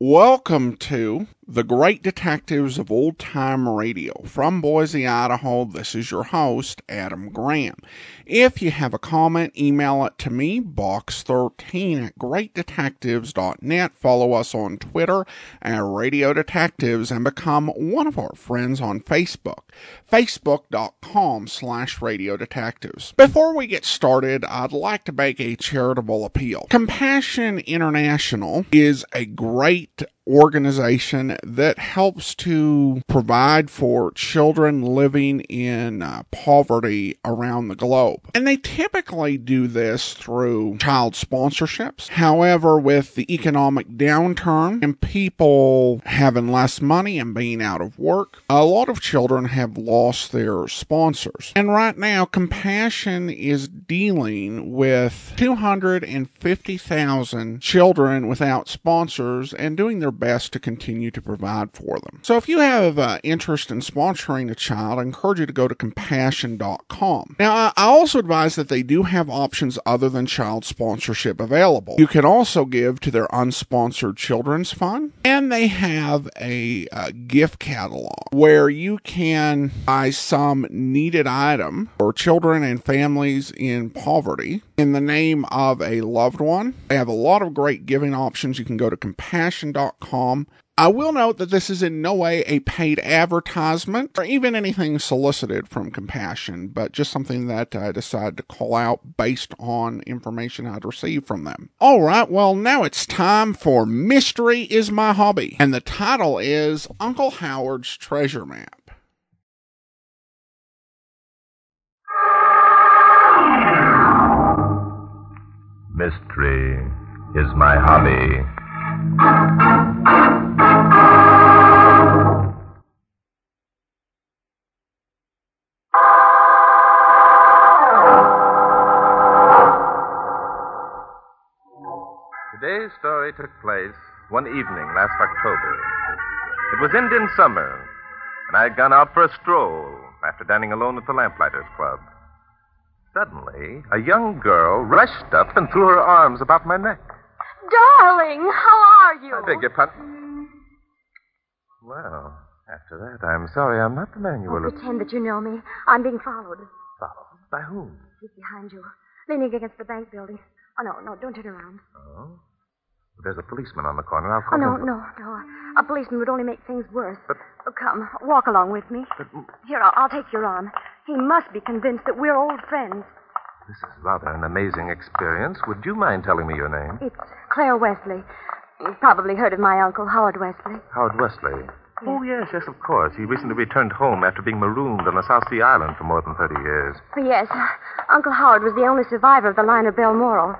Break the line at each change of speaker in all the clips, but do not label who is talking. Welcome to The Great Detectives of Old Time Radio. From Boise, Idaho, this is your host, Adam Graham. If you have a comment, email it to me, box13 at greatdetectives.net. Follow us on Twitter at Radio Detectives and become one of our friends on Facebook, facebook.com slash radio detectives. Before we get started, I'd like to make a charitable appeal. Compassion International is a great organization that helps to provide for children living in uh, poverty around the globe. And they typically do this through child sponsorships. However, with the economic downturn and people having less money and being out of work, a lot of children have lost their sponsors. And right now, Compassion is dealing with 250,000 children without sponsors and doing their best to continue to provide for them. So if you have uh, interest in sponsoring a child, I encourage you to go to compassion.com. Now, I, I also advise that they do have options other than child sponsorship available. You can also give to their unsponsored children's fund, and they have a uh, gift catalog where you can buy some needed item for children and families in poverty in the name of a loved one. They have a lot of great giving options. You can go to compassion com. I will note that this is in no way a paid advertisement or even anything solicited from Compassion, but just something that I decided to call out based on information I'd received from them. All right, well, now it's time for Mystery is My Hobby, and the title is Uncle Howard's Treasure Map.
Mystery is my hobby. Today's story took place one evening last October. It was Indian summer, and I had gone out for a stroll after dining alone at the Lamplighters Club. Suddenly, a young girl rushed up and threw her arms about my neck.
Darling, how are you?
I beg your pardon. Well, after that, I'm sorry I'm not the man you
Oh,
were looking
pretend that you know me. I'm being followed.
for. By whom?
He's behind you, leaning against the bank building. Oh, no, no, don't turn around.
Oh. There's a policeman on the corner. I'll
Oh,
call
no,
him.
no, no. A policeman would only make things worse.
But-
Oh, come, walk along with me.
But mm,
Here, I'll, I'll take your arm. He must be convinced that we're old friends.
this is rather an amazing experience. Would you mind telling me your name?
It's Claire Wesley. You've probably heard of my uncle, Howard Wesley.
Howard Wesley. Oh, yes, yes, of course. He recently returned home after being marooned on a South Sea island for more than 30 years.
But yes, Uncle Howard was the only survivor of the line of Balmoral.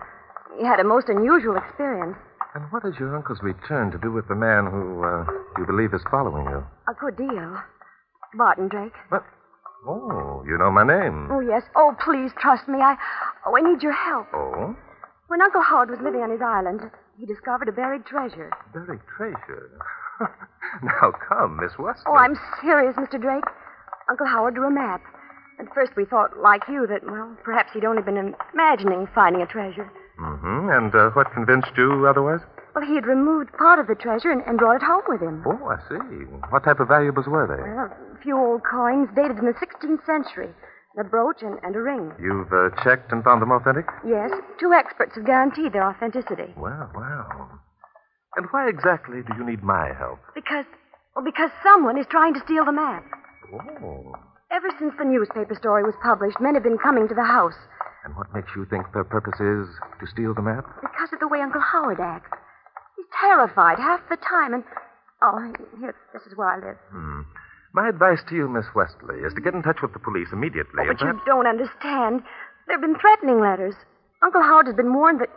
He had a most unusual experience.
And what has your uncle's return to do with the man who uh, you believe is following you?
A good deal. Barton Drake.
But, oh, you know my name.
Oh, yes. Oh, please trust me. I, oh, I need your help.
Oh,
When Uncle Howard was living on his island, he discovered a buried treasure.
buried treasure. now come, Miss Wesley.
Oh, I'm serious, Mr. Drake. Uncle Howard drew a map. At first, we thought, like you, that, well, perhaps he'd only been imagining finding a treasure.
Mm-hmm. And uh, what convinced you otherwise?
Well, he had removed part of the treasure and, and brought it home with him.
Oh, I see. What type of valuables were they?
Well, a few old coins dated from the 16th century, and a brooch and, and a ring.
You've uh, checked and found them authentic?
Yes, two experts have guaranteed their authenticity.
Wow, wow. And why exactly do you need my help?
Because, well, because someone is trying to steal the map.
Oh.
Ever since the newspaper story was published, men have been coming to the house
And what makes you think their purpose is to steal the map?
because of the way Uncle Howard acts. He's terrified half the time, and oh, here, this is where I live.
Hmm. My advice to you, Miss Westley, is to get in touch with the police immediately. and
Oh, but you
perhaps-
don't understand. There have been threatening letters. Uncle Howard has been warned that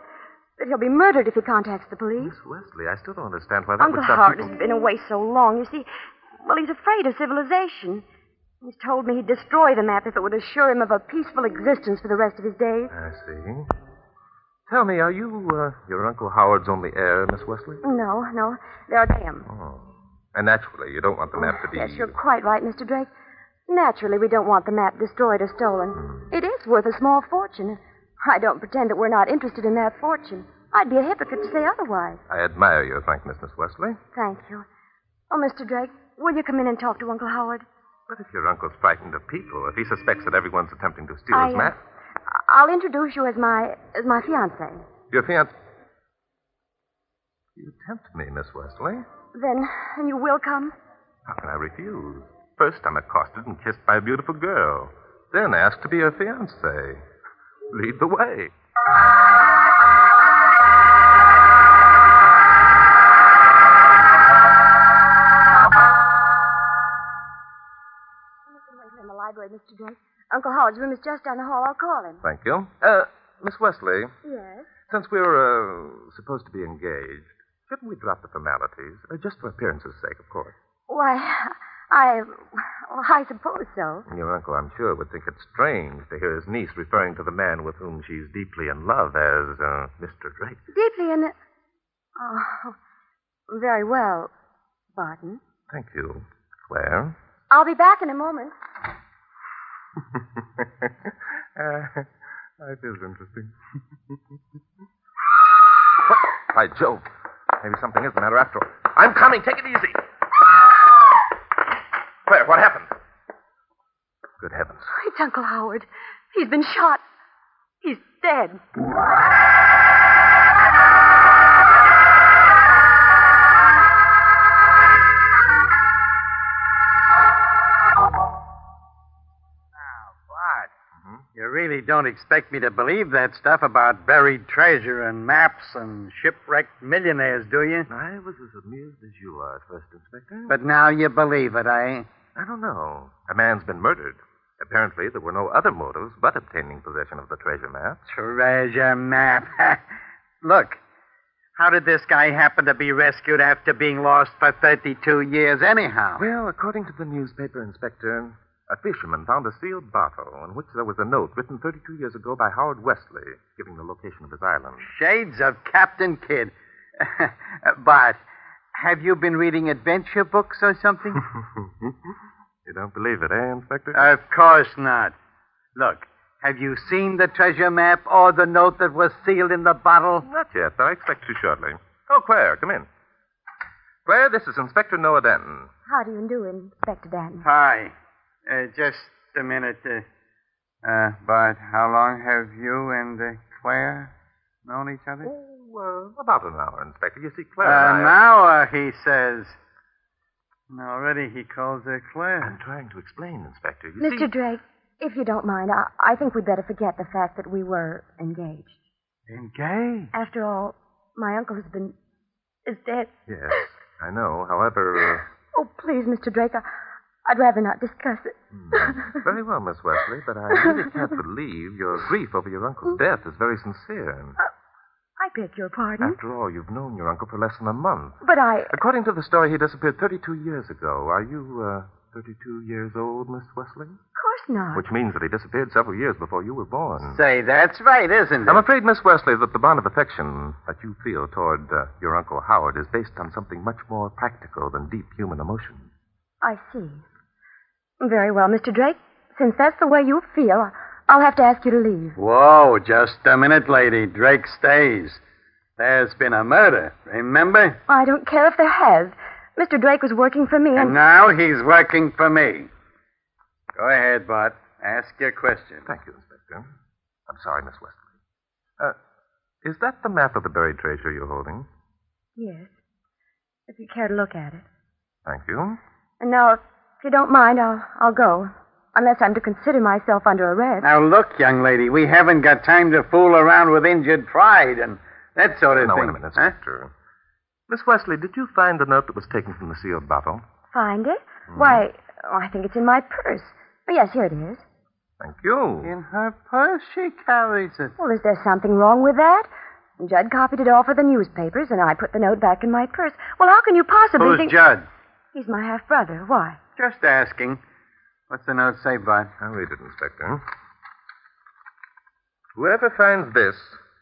that he'll be murdered if he contacts the police.
Miss Westley, I still don't understand why Mm-hmm. that would
Uncle
stop
Howard
people-
has been away so long, you see. Well, he's afraid of civilization. He's told me he'd destroy the map if it would assure him of a peaceful existence for the rest of his days.
I see. Tell me, are you uh, your Uncle Howard's only heir, Miss Wesley?
No, no, there are him.
Oh. And naturally, you don't want the map to be.
Yes, you're quite right, Mr. Drake. Naturally, we don't want the map destroyed or
Hmm.
stolen. It is worth a small fortune. I don't pretend that we're not interested in that fortune. I'd be a hypocrite to say otherwise.
I admire your frankness, Miss Wesley.
Thank you. Oh, Mr. Drake, will you come in and talk to Uncle Howard?
But if your uncle's frightened of people, if he suspects that everyone's attempting to steal
I,
his
uh,
map,
I'll introduce you as my as my fiance.
your fiance. You tempt me, Miss Wesley.
Then, then you will come.
How can I refuse? First, I'm accosted and kissed by a beautiful girl, then asked to be her fiance. Lead the way.
Wait here in the library, Mr. Drake. Uncle Howard's room is just down the hall. I'll call him.
Thank you. Uh, Miss Wesley,
Yes.
since we're uh, supposed to be engaged, shouldn't we drop the formalities? Uh, just for appearance's sake, of course.
Why, I, well, I suppose so.
And Your uncle, I'm sure, would think it strange to hear his niece referring to the man with whom she's deeply in love as uh, Mr. Drake.
Deeply in. Oh, very well, Barton.
Thank you, Claire.
I'll be back in a moment.
uh, that is interesting. By Jove, maybe something is the matter after all. I'm coming. Take it easy. Claire, what happened? Good heavens.
It's Uncle Howard. He's been shot. He's dead.
Now, Bart, you really don't expect me to believe that stuff about buried treasure and maps and shipwrecked millionaires, do you?
I was as amused as you are at first, Inspector.
But now you believe it, eh?
I don't know. A man's been murdered. Apparently, there were no other motives but obtaining possession of the treasure map.
Treasure map. Look, how did this guy happen to be rescued after being lost for 32 years, anyhow?
Well, according to the newspaper, Inspector, a fisherman found a sealed bottle on which there was a note written 32 years ago by Howard Wesley giving the location of his island.
Shades of Captain Kidd. Bart, have you been reading adventure books or something?
you don't believe it, eh, Inspector?
Of course not. Look, have you seen the treasure map or the note that was sealed in the bottle?
Not yet, though I expect to shortly. Oh, Claire, come in. Claire, this is Inspector Noah Denton.
How do you do, Inspector Danton?
Hi. Uh, just a minute. Uh, uh, Bart, how long have you and uh, Claire known each other?
Oh, uh, about an hour, Inspector. You see, Claire.
An
and I...
hour, uh, he says. And already he calls her
I'm
Claire.
trying to explain, Inspector. You see...
Mr. Drake, if you don't mind, I, I think we'd better forget the fact that we were engaged.
Engaged?
After all, my uncle has been. is dead.
Yes, I know. However, uh,
Oh, please, Mr. Drake, I, I'd rather not discuss it.
hmm. very well, Miss Wesley, but I really can't believe your grief over your uncle's death is very sincere.
I beg your pardon.
After all, you've known your uncle for less than a month.
But I.
According to the story, he disappeared 32 years ago. Are you uh, 32 years old, Miss Wesley?
Of course not.
Which means that he disappeared several years before you were born.
Say, that's right, isn't
I'm
it?
afraid, Miss Wesley, that the bond of affection that you feel toward uh, your Uncle Howard is based on something much more practical than deep human emotion.
I see. Very well, Mr. Drake. Since that's the way you feel, I'll have to ask you to leave.
Whoa, just a minute, lady. Drake stays. There's been a murder, remember?
I don't care if there has. Mr. Drake was working for me,
And
and
now he's working for me. Go ahead, Bart. Ask your question.
Thank you, Inspector. I'm sorry, Miss Wesley. Uh, is that the map of the buried treasure you're holding?
yes, if you care to look at it.
Thank you.
And now, if you don't mind, I'll I'll go, unless I'm to consider myself under arrest.
Now, look, young lady, we haven't got time to fool around with injured pride and that sort of
now,
thing.
wait a minute,
huh?
Inspector. Miss Wesley, did you find the note that was taken from the sealed bottle?
Find it?
Mm-hmm.
Why? Oh, I think it's in my purse. Oh, yes, here it is.
Thank you.
In her purse, she carries it.
Well, is there something wrong with that? Judd copied it off of the newspapers, and I put the note back in my purse. Well, how can you possibly
Who's
think
Judd?
he's my half brother? Why?
Just asking. What's the note say, Bart?
I'll read it, Inspector. Whoever finds this,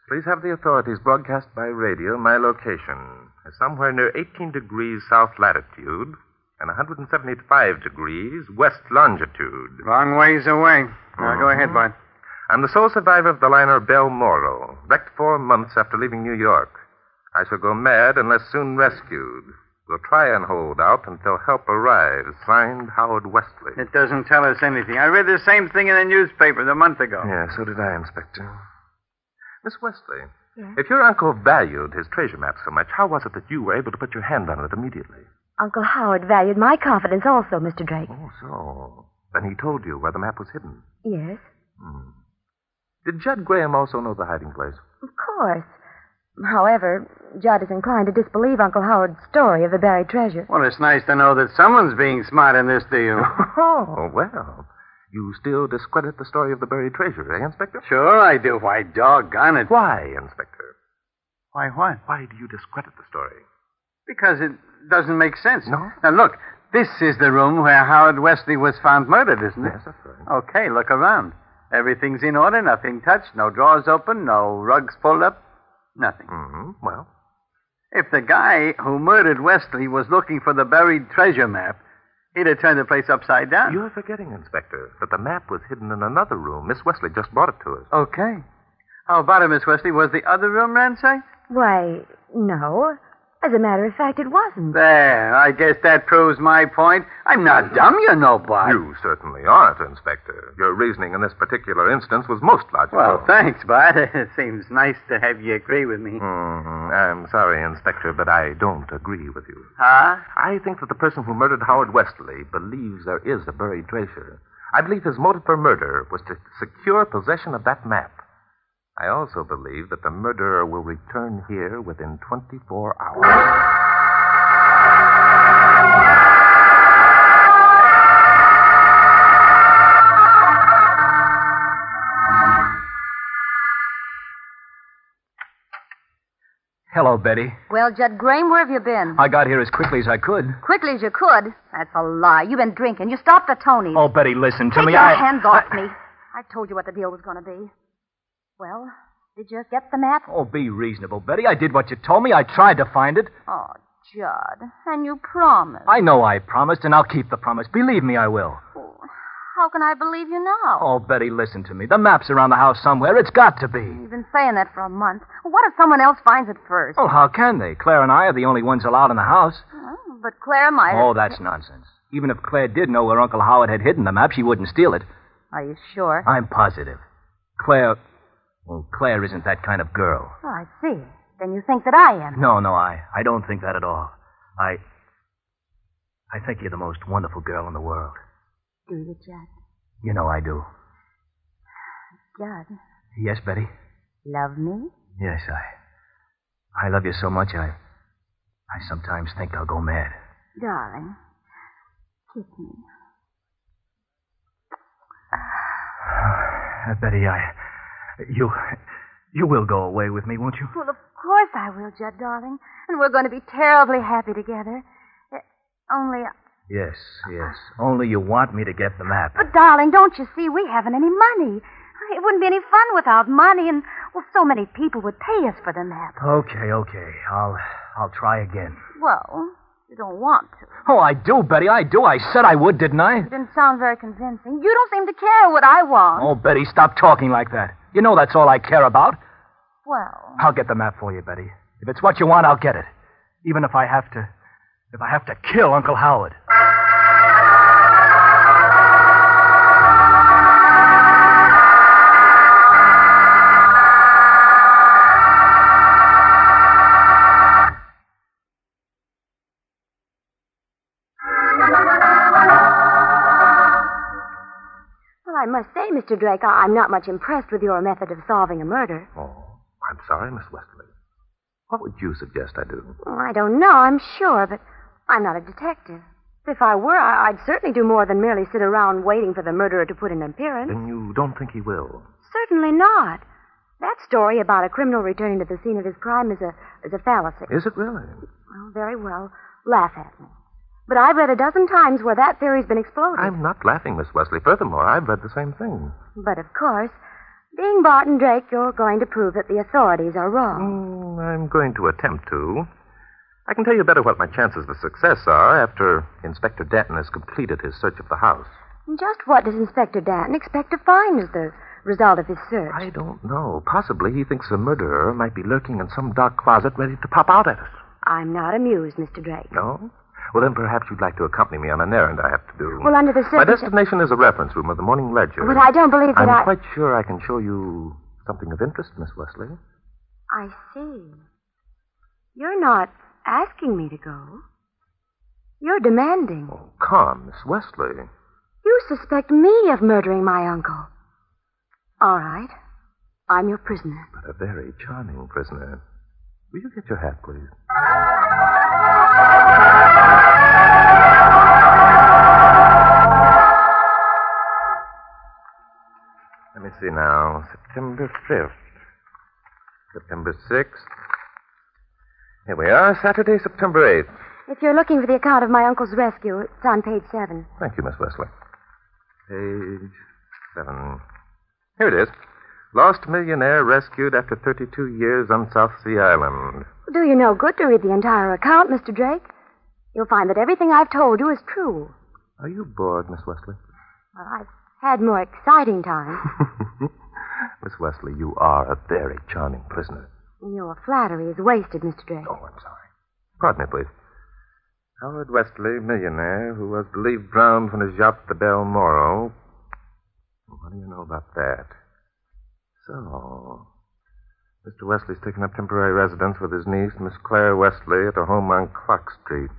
please have the authorities broadcast by radio my location. It's somewhere near 18 degrees south latitude and 175 degrees west longitude. Mm-hmm.
Long ways away. Now, go ahead, Bart.
I'm the sole survivor of the liner Bell Morrow, wrecked four months after leaving New York. I shall go mad unless soon rescued. We'll try and hold out until help arrives. Signed, Howard Westley.
It doesn't tell us anything. I read the same thing in the newspaper a month ago.
Yeah, so did I, Inspector. Miss Westley,
Yeah?
if your uncle valued his treasure map so much, how was it that you were able to put your hand on it immediately?
Uncle Howard valued my confidence also, Mr. Drake.
Oh, so. Then he told you where the map was hidden.
Yes,
Hmm. Did Judd Graham also know the hiding place?
of course. However, Judd is inclined to disbelieve Uncle Howard's story of the buried treasure.
Well, it's nice to know that someone's being smart in this deal.
Oh, well. You still discredit the story of the buried treasure, eh, Inspector?
sure I do. Why, doggone it.
Why, Inspector?
Why what?
Why do you discredit the story?
Because it doesn't make sense.
No?
Now, look, this is the room where Howard Wesley was found murdered, isn't it?
Yes, that's right.
Okay, look around. Everything's in order, nothing touched, no drawers open, no rugs pulled up, nothing.
Mm-hmm. Well,
If the guy who murdered Wesley was looking for the buried treasure map, he'd have turned the place upside down.
you're forgetting, Inspector, that the map was hidden in another room. Miss Wesley just brought it to us.
Okay. How about it, Miss Wesley? Was the other room ransacked?
Why, no. As a matter of fact, it wasn't.
There, I guess that proves my point. I'm not dumb, you know, Bob.
You certainly aren't, Inspector. Your reasoning in this particular instance was most logical.
Well, thanks, Bart. It seems nice to have you agree with
Mm.
me.
Mhm. I'm sorry, Inspector, but I don't agree with you.
Huh?
I think that the person who murdered Howard Westley believes there is a buried treasure. I believe his motive for murder was to secure possession of that map. I also believe that the murderer will return here within 24 hours.
Hello, Betty.
Well, Judd Graham, where have you been?
I got here as quickly as I could.
Quickly as you could. That's a lie. You've been drinking. You stopped at Tony's.
Oh, Betty, listen to
Take
me.
your
I,
hands
I-
off me. I told you what the deal was going to be. Well, did you get the map?
Oh, be reasonable, Betty. I did what you told me. I tried to find it.
Oh, Judd. And you promised.
I know I promised, and I'll keep the promise. Believe me, I will.
Oh, How can I believe you now?
Oh, Betty, listen to me. The map's around the house somewhere. It's got to be.
You've been saying that for a month. What if someone else finds it first?
Oh, how can they? Claire and I are the only ones allowed in the house.
Well, But Clara might have.
Oh, that's nonsense. Even if Claire did know where Uncle Howard had hidden the map, she wouldn't steal it.
Are you sure?
I'm positive. Claire. Well, Claire isn't that kind of girl.
Oh, I see. Then you think that I am.
No, no, I, I don't think that at all. I. I think you're the most wonderful girl in the world.
Do you, Judd?
You know I do.
Judd,
Yes, Betty?
love me?
Yes, I. I love you so much, I. I sometimes think I'll go mad.
Darling, kiss me.
Uh, Betty, I. You. You will go away with me, won't you?
Well, of course I will, Judd, darling. And we're going to be terribly happy together. Eh, Only,
Yes, yes. Only you want me to get the map.
but darling, don't you see, we haven't any money. It wouldn't be any fun without money, and well, so many people would pay us for the map.
Okay, okay. I'll. I'll try again.
Well, you don't want to.
Oh, I do, Betty. I do. I said I would, didn't I?
It didn't sound very convincing. You don't seem to care what I want.
Oh, Betty, stop talking like that. You know that's all I care about.
Well,
I'll get the map for you, Betty. If it's what you want, I'll get it. Even if I have to. If I have to kill Uncle Howard.
Well, I must say, Mr. Drake, I- I'm not much impressed with your method of solving a murder.
Oh, I'm sorry, Miss Westley. What would you suggest I do?
Well, I don't know, I'm sure, but I'm not a detective. If I were, I- I'd certainly do more than merely sit around waiting for the murderer to put in an appearance.
Then you don't think he will.
Certainly not. That story about a criminal returning to the scene of his crime is a, is a fallacy.
Is it really?
Well, very well. Laugh at me. But I've read a dozen times where that theory's been exploded.
I'm not laughing, Miss Wesley. Furthermore, I've read the same thing.
But of course, being Barton Drake, you're going to prove that the authorities are wrong.
Mm, I'm going to attempt to. I can tell you better what my chances of success are after Inspector Danton has completed his search of the house.
Just what does Inspector Danton expect to find as the result of his search?
I don't know. Possibly he thinks the murderer might be lurking in some dark closet ready to pop out at us.
I'm not amused, Mr. Drake.
No? Well, then perhaps you'd like to accompany me on an errand I have to do.
Well, under the
My
circumstances.
destination is a reference room of the Morning Ledger.
But I don't believe that
I'm
I.
quite sure I can show you something of interest, Miss Wesley.
I see. You're not asking me to go. You're demanding.
Oh, come, Miss Wesley.
You suspect me of murdering my uncle. All right. I'm your prisoner.
But a very charming prisoner. Will you get your hat, please? Let me see now. September 5th. September 6th. Here we are, Saturday, September 8th.
If you're looking for the account of my uncle's rescue, it's on page seven.
Thank you, Miss Wesley. Page seven. Here it is. Lost millionaire rescued after 32 years on South Sea Island.
Do you no good to read the entire account, Mr. Drake? You'll find that everything I've told you is true.
Are you bored, Miss Wesley?
Well, I've had more exciting times.
Miss Wesley, you are a very charming prisoner.
Your flattery is wasted, Mr. Drake.
Oh, I'm sorry. Pardon me, please. Howard Wesley, millionaire, who was believed drowned from his yacht, the Bell Morrow. What do you know about that? So, Mr. Wesley's taken up temporary residence with his niece, Miss Claire Wesley, at a home on Clark Street.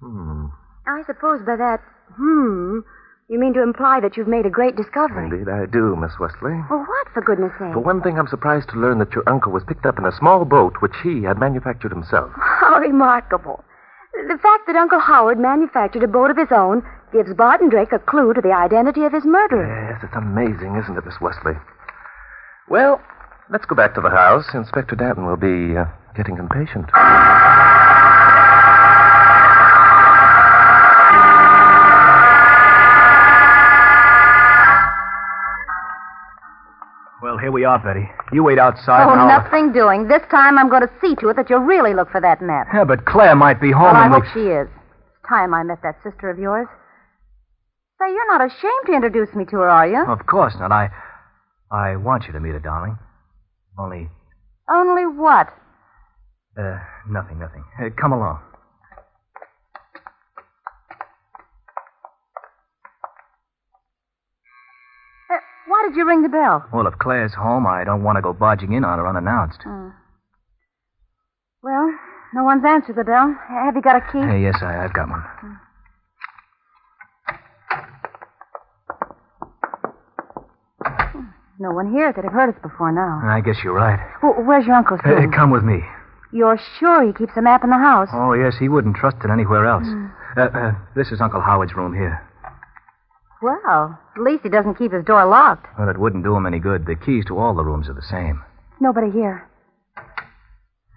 Hmm.
I suppose by that, hmm, you mean to imply that you've made a great discovery.
Indeed, I do, Miss Wesley.
Well, what, for goodness sake?
For one thing, I'm surprised to learn that your uncle was picked up in a small boat which he had manufactured himself.
How remarkable. The fact that Uncle Howard manufactured a boat of his own gives Barton Drake a clue to the identity of his murderer.
Yes, it's amazing, isn't it, Miss Wesley? Well, let's go back to the house. Inspector Danton will be uh, getting impatient.
Well, here we are, Betty. You wait outside.
Oh,
and I'll-
nothing doing. This time I'm going to see to it that you really look for that map.
Yeah, but Claire might be home.
Well, I
and
hope
we-
she is. It's time I met that sister of yours. Say, you're not ashamed to introduce me to her, are you?
Of course not. I, I want you to meet her, darling. Only,
Only what?
uh, nothing, nothing. Uh, come along.
Uh, why did you ring the bell?
Well, if Claire's home, I don't want to go barging in on her unannounced.
Mm. Well, no one's answered the bell. Have you got a key?
Hey, yes, I, I've got one.
No one here that have heard us before now.
I guess you're right.
Well, where's your uncle,
Hey,
Steve?
come with me.
You're sure he keeps a map in the house?
Oh, yes, he wouldn't trust it anywhere else.
Mm.
Uh, uh, this is Uncle Howard's room here.
Well, at least he doesn't keep his door locked.
Well, it wouldn't do him any good. The keys to all the rooms are the same.
Nobody here.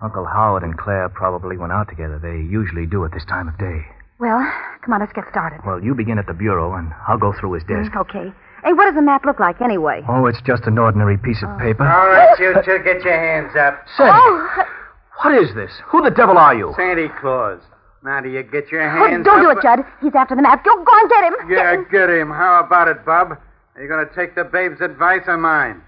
Uncle Howard and Claire probably went out together. They usually do at this time of day.
Well, come on, let's get started.
Well, you begin at the bureau, and I'll go through his desk.
Okay. Hey, what does the map look like anyway?
Oh, it's just an ordinary piece
Oh.
of paper.
All right, you two, get your hands up.
Sandy, what is this? Who the devil are you?
Santa Claus. Now, do you get your
Oh,
hands
don't do it,
up?
Judd. He's after the map. Go, go and get him.
Yeah, get him. How about it, Bob? Are you going to take the babe's advice or mine?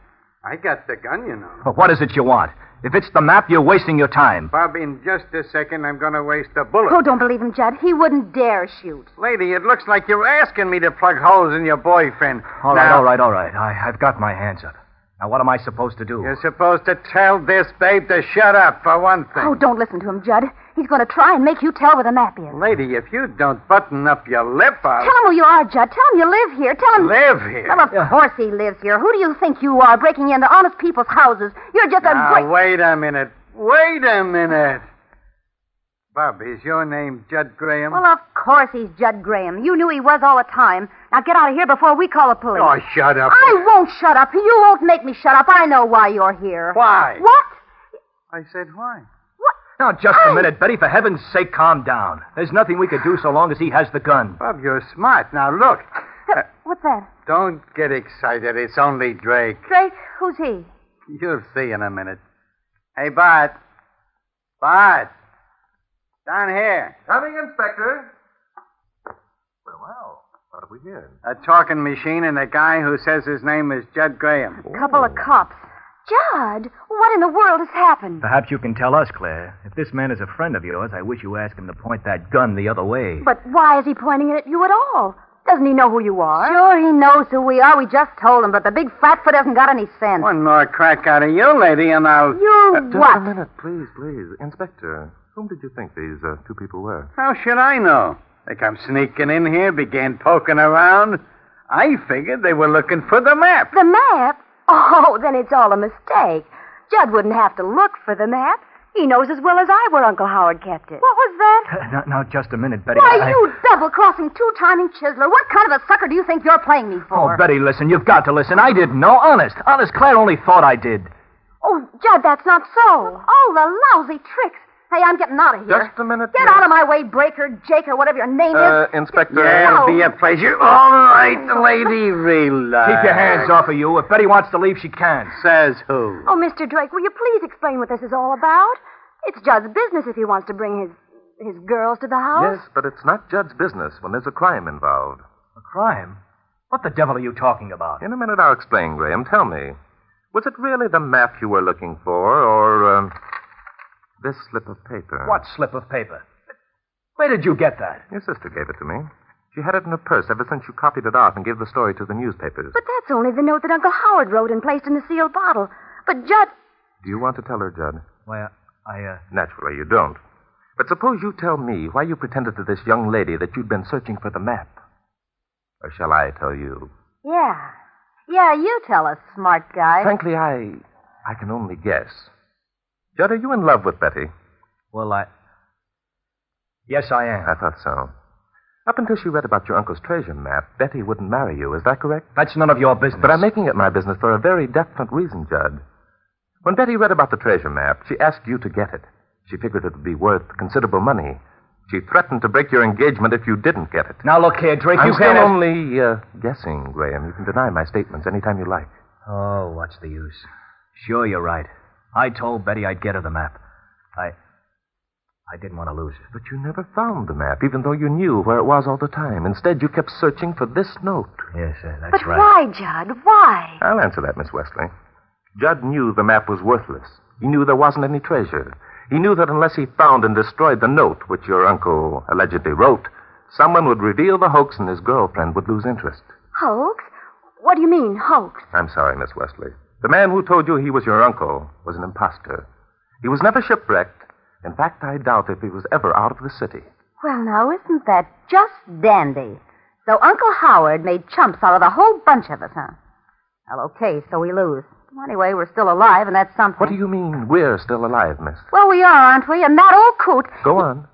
I got the gun, you know.
Well, What is it you want? If it's the map, you're wasting your time.
Bob, in just a second, I'm going to waste a bullet.
Oh, don't believe him, Judd. He wouldn't dare shoot.
Lady, it looks like you're asking me to plug holes in your boyfriend.
All right,
Now,
all right, all right. I, I've got my hands up. Now, what am I supposed to do?
You're supposed to tell this babe to shut up, for one thing.
Oh, don't listen to him, Judd. He's going to try and make you tell where the map is.
Lady, if you don't button up your lip, I'll
Tell him who you are, Judd. Tell him you live here. Tell him.
live here.
Well, of course he lives here. Who do you think you are, breaking into honest people's houses? You're just a
Now,
great.
wait a minute. Wait a minute. Bob, is your name Judd Graham?
Well, of course he's Judd Graham. You knew he was all the time. Now get out of here before we call the police.
oh, shut up.
I won't shut up. You won't make me shut up. I know why you're here.
Why?
What?
I said why.
Now, just a minute, Betty. For heaven's sake, calm down. There's nothing we could do so long as he has the gun.
Bob, you're smart. Now, look. Uh,
What's that?
don't get excited. It's only Drake.
Drake? Who's he?
You'll see in a minute. Hey, Bart. Bart. Down here.
Coming, Inspector. Well, wow. About a What we hearing?
A talking machine and a guy who says his name is Judd Graham.
Couple of cops.
Judd, what in the world has happened?
Perhaps you can tell us, Claire. If this man is a friend of yours, I wish you asked him to point that gun the other way.
But why is he pointing it at you at all?
Doesn't he know who you are?
Sure, he knows who we are. We just told him, but the big flatfoot hasn't got any sense.
One more crack out of you, lady, and I'll.
You
Uh, just a
what?
minute, please, please. Inspector, whom did you think these uh, two people were?
How should I know? They come sneaking in here, began poking around. I figured they were looking for the map.
The map?
Oh, then it's all a mistake. Judd wouldn't have to look for the map. He knows as well as I where Uncle Howard kept it.
What was that?
now, now, just a minute, Betty.
Why,
I-
you double-crossing, two-timing chiseler. What kind of a sucker do you think you're playing me
Oh,
for?
Betty, listen. You've got to listen. I didn't know. Honest. Honest, Claire only thought I did.
Oh, Judd, that's not so. Oh, the lousy tricks. Hey, I'm getting out of here.
Just a minute.
Get
miss.
out of my way, Breaker, Jake, or whatever your name
Uh,
is.
Inspector.
Yeah, it'll be a pleasure. All right, lady, relax.
Keep your hands off of you. If Betty wants to leave, she can.
Says who?
Oh, Mr. Drake, will you please explain what this is all about? It's Judd's business if he wants to bring his his girls to the house.
Yes, but it's not Judd's business when there's a crime involved.
A crime? What the devil are you talking about?
In a minute, I'll explain, Graham. Tell me, was it really the map you were looking for, or um, this slip of paper?
What slip of paper? Where did you get that?
Your sister gave it to me. She had it in her purse ever since you copied it off and gave the story to the newspapers.
But that's only the note that Uncle Howard wrote and placed in the sealed bottle. But Judd,
Do you want to tell her, Judd?
Why, I, uh,
Naturally, you don't. But suppose you tell me why you pretended to this young lady that you'd been searching for the map. Or shall I tell you?
Yeah. Yeah, you tell us, smart guy.
Frankly, I. I can only guess. Judd, are you in love with Betty?
well, I. Yes, I am.
I thought so. Up until she read about your uncle's treasure map, Betty wouldn't marry you. Is that correct?
That's none of your business.
But I'm making it my business for a very definite reason, Judd. When Betty read about the treasure map, she asked you to get it. She figured it would be worth considerable money. She threatened to break your engagement if you didn't get it.
Now look here, Drake.
I'm
you
still
can't.
only uh, guessing, Graham. You can deny my statements anytime you like.
Oh, what's the use? Sure, you're right. I told Betty I'd get her the map. I. I didn't want to lose it.
But you never found the map, even though you knew where it was all the time. Instead, you kept searching for this note.
Yes, uh, that's
but
right.
why, Judd? Why?
I'll answer that, Miss Wesley. Judd knew the map was worthless. He knew there wasn't any treasure. He knew that unless he found and destroyed the note which your uncle allegedly wrote, someone would reveal the hoax and his girlfriend would lose interest.
Hoax? What do you mean, hoax?
I'm sorry, Miss Wesley. The man who told you he was your uncle was an impostor. He was never shipwrecked. In fact, I doubt if he was ever out of the city.
Well, now, isn't that just dandy? So Uncle Howard made chumps out of the whole bunch of us, huh? Well, okay, so we lose. Well, anyway, we're still alive, and that's something.
What do you mean we're still alive, miss?
Well, we are, aren't we? And that old coot.
Go on.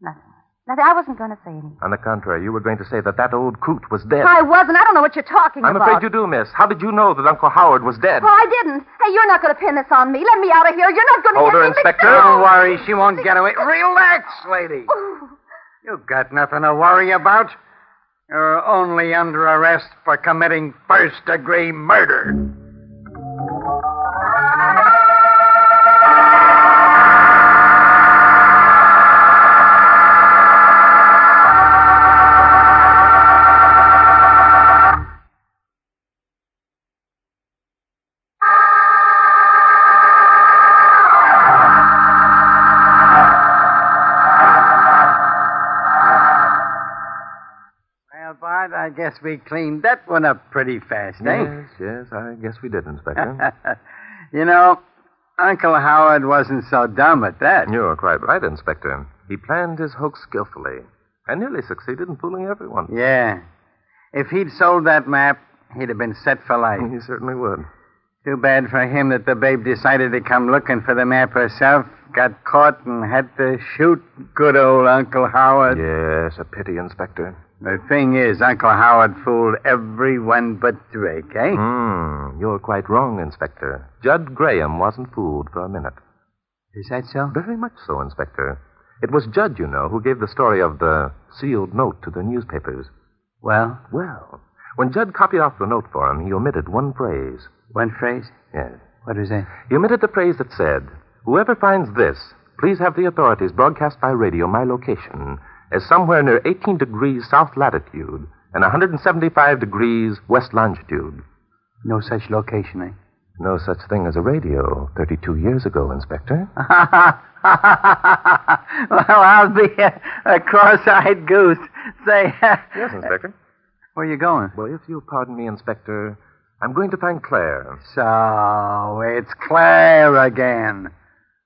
Nothing. Nothing. I wasn't going to say anything.
On the contrary, you were going to say that that old coot was dead.
I wasn't. I don't know what you're talking
I'm
about.
afraid you do, miss. How did you know that Uncle Howard was dead?
Well, I didn't. Hey, you're not going to pin this on me. Let me out of here. You're not going to
Hold
get
her,
me.
Inspector.
Don't worry, she won't get away. Relax, lady. You've got nothing to worry about. You're only under arrest for committing first degree murder. Well, Bart, I guess we cleaned that one up pretty fast, eh?
Yes, yes, I guess we did, Inspector.
You know, Uncle Howard wasn't so dumb at that.
You're quite right, Inspector. He planned his hoax skillfully and nearly succeeded in fooling everyone.
Yeah. If he'd sold that map, he'd have been set for life.
He certainly would.
Too bad for him that the babe decided to come looking for the map herself, got caught, and had to shoot good old Uncle Howard.
Yes, a pity, Inspector.
The thing is, Uncle Howard fooled everyone but Drake, eh?
Hmm, you're quite wrong, Inspector. Judd Graham wasn't fooled for a minute.
Is that so?
Very much so, Inspector. It was Judd, you know, who gave the story of the sealed note to the newspapers.
Well,
Well, when Judd copied off the note for him, he omitted one phrase.
one phrase.
Yes.
What is that?
He omitted the phrase that said, Whoever finds this, please have the authorities broadcast by radio my location as somewhere near 18 degrees south latitude and 175 degrees west longitude.
No such location, eh?
No such thing as a radio 32 years ago, Inspector.
Uh-huh. well, I'll be a, a cross-eyed goose. Say,
Yes, Inspector.
where you going?
Well, if you'll pardon me, Inspector, I'm going to find Claire.
So it's Claire again.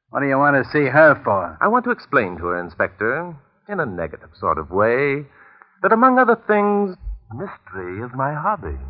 What do you want to see her for?
I want to explain to her, Inspector, in a negative sort of way, that among other things, mystery is my hobby.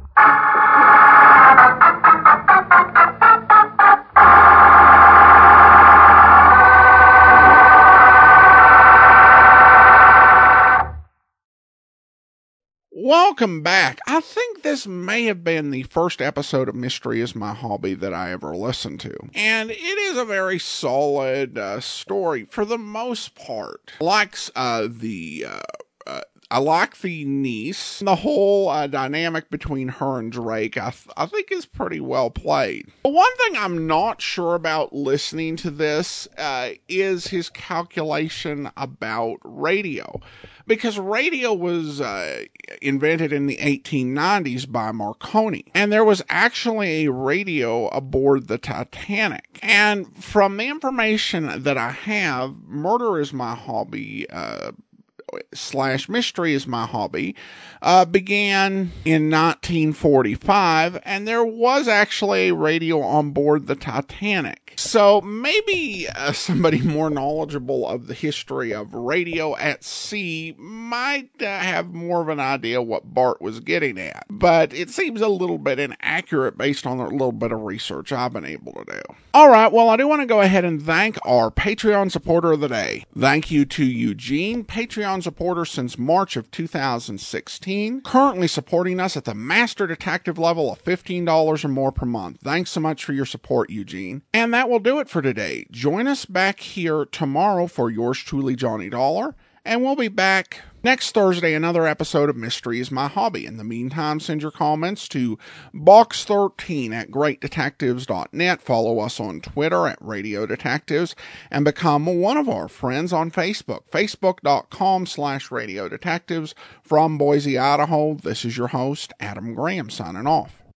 Welcome back. I think this may have been the first episode of Mystery is My Hobby that I ever listened to. And it is a very solid uh, story for the most part. Likes uh, the. Uh, uh, I like the niece. The whole uh, dynamic between her and Drake, I, th- I think, is pretty well played. The one thing I'm not sure about listening to this uh, is his calculation about radio, because radio was uh, invented in the 1890s by Marconi, and there was actually a radio aboard the Titanic. And from the information that I have, Murder is My Hobby. Uh, slash mystery is my hobby uh, began in 1945 and there was actually a radio on board the titanic so maybe uh, somebody more knowledgeable of the history of radio at sea might uh, have more of an idea what bart was getting at but it seems a little bit inaccurate based on the little bit of research i've been able to do all right well i do want to go ahead and thank our patreon supporter of the day thank you to eugene patreon supporter since march of 2016 currently supporting us at the master detective level of $15 or more per month thanks so much for your support eugene and that will do it for today join us back here tomorrow for yours truly johnny dollar and we'll be back next Thursday. Another episode of Mystery is My Hobby. In the meantime, send your comments to box13 at greatdetectives.net. Follow us on Twitter at Radio Detectives and become one of our friends on Facebook, facebook.com slash Radio Detectives. From Boise, Idaho, this is your host, Adam Graham, signing off.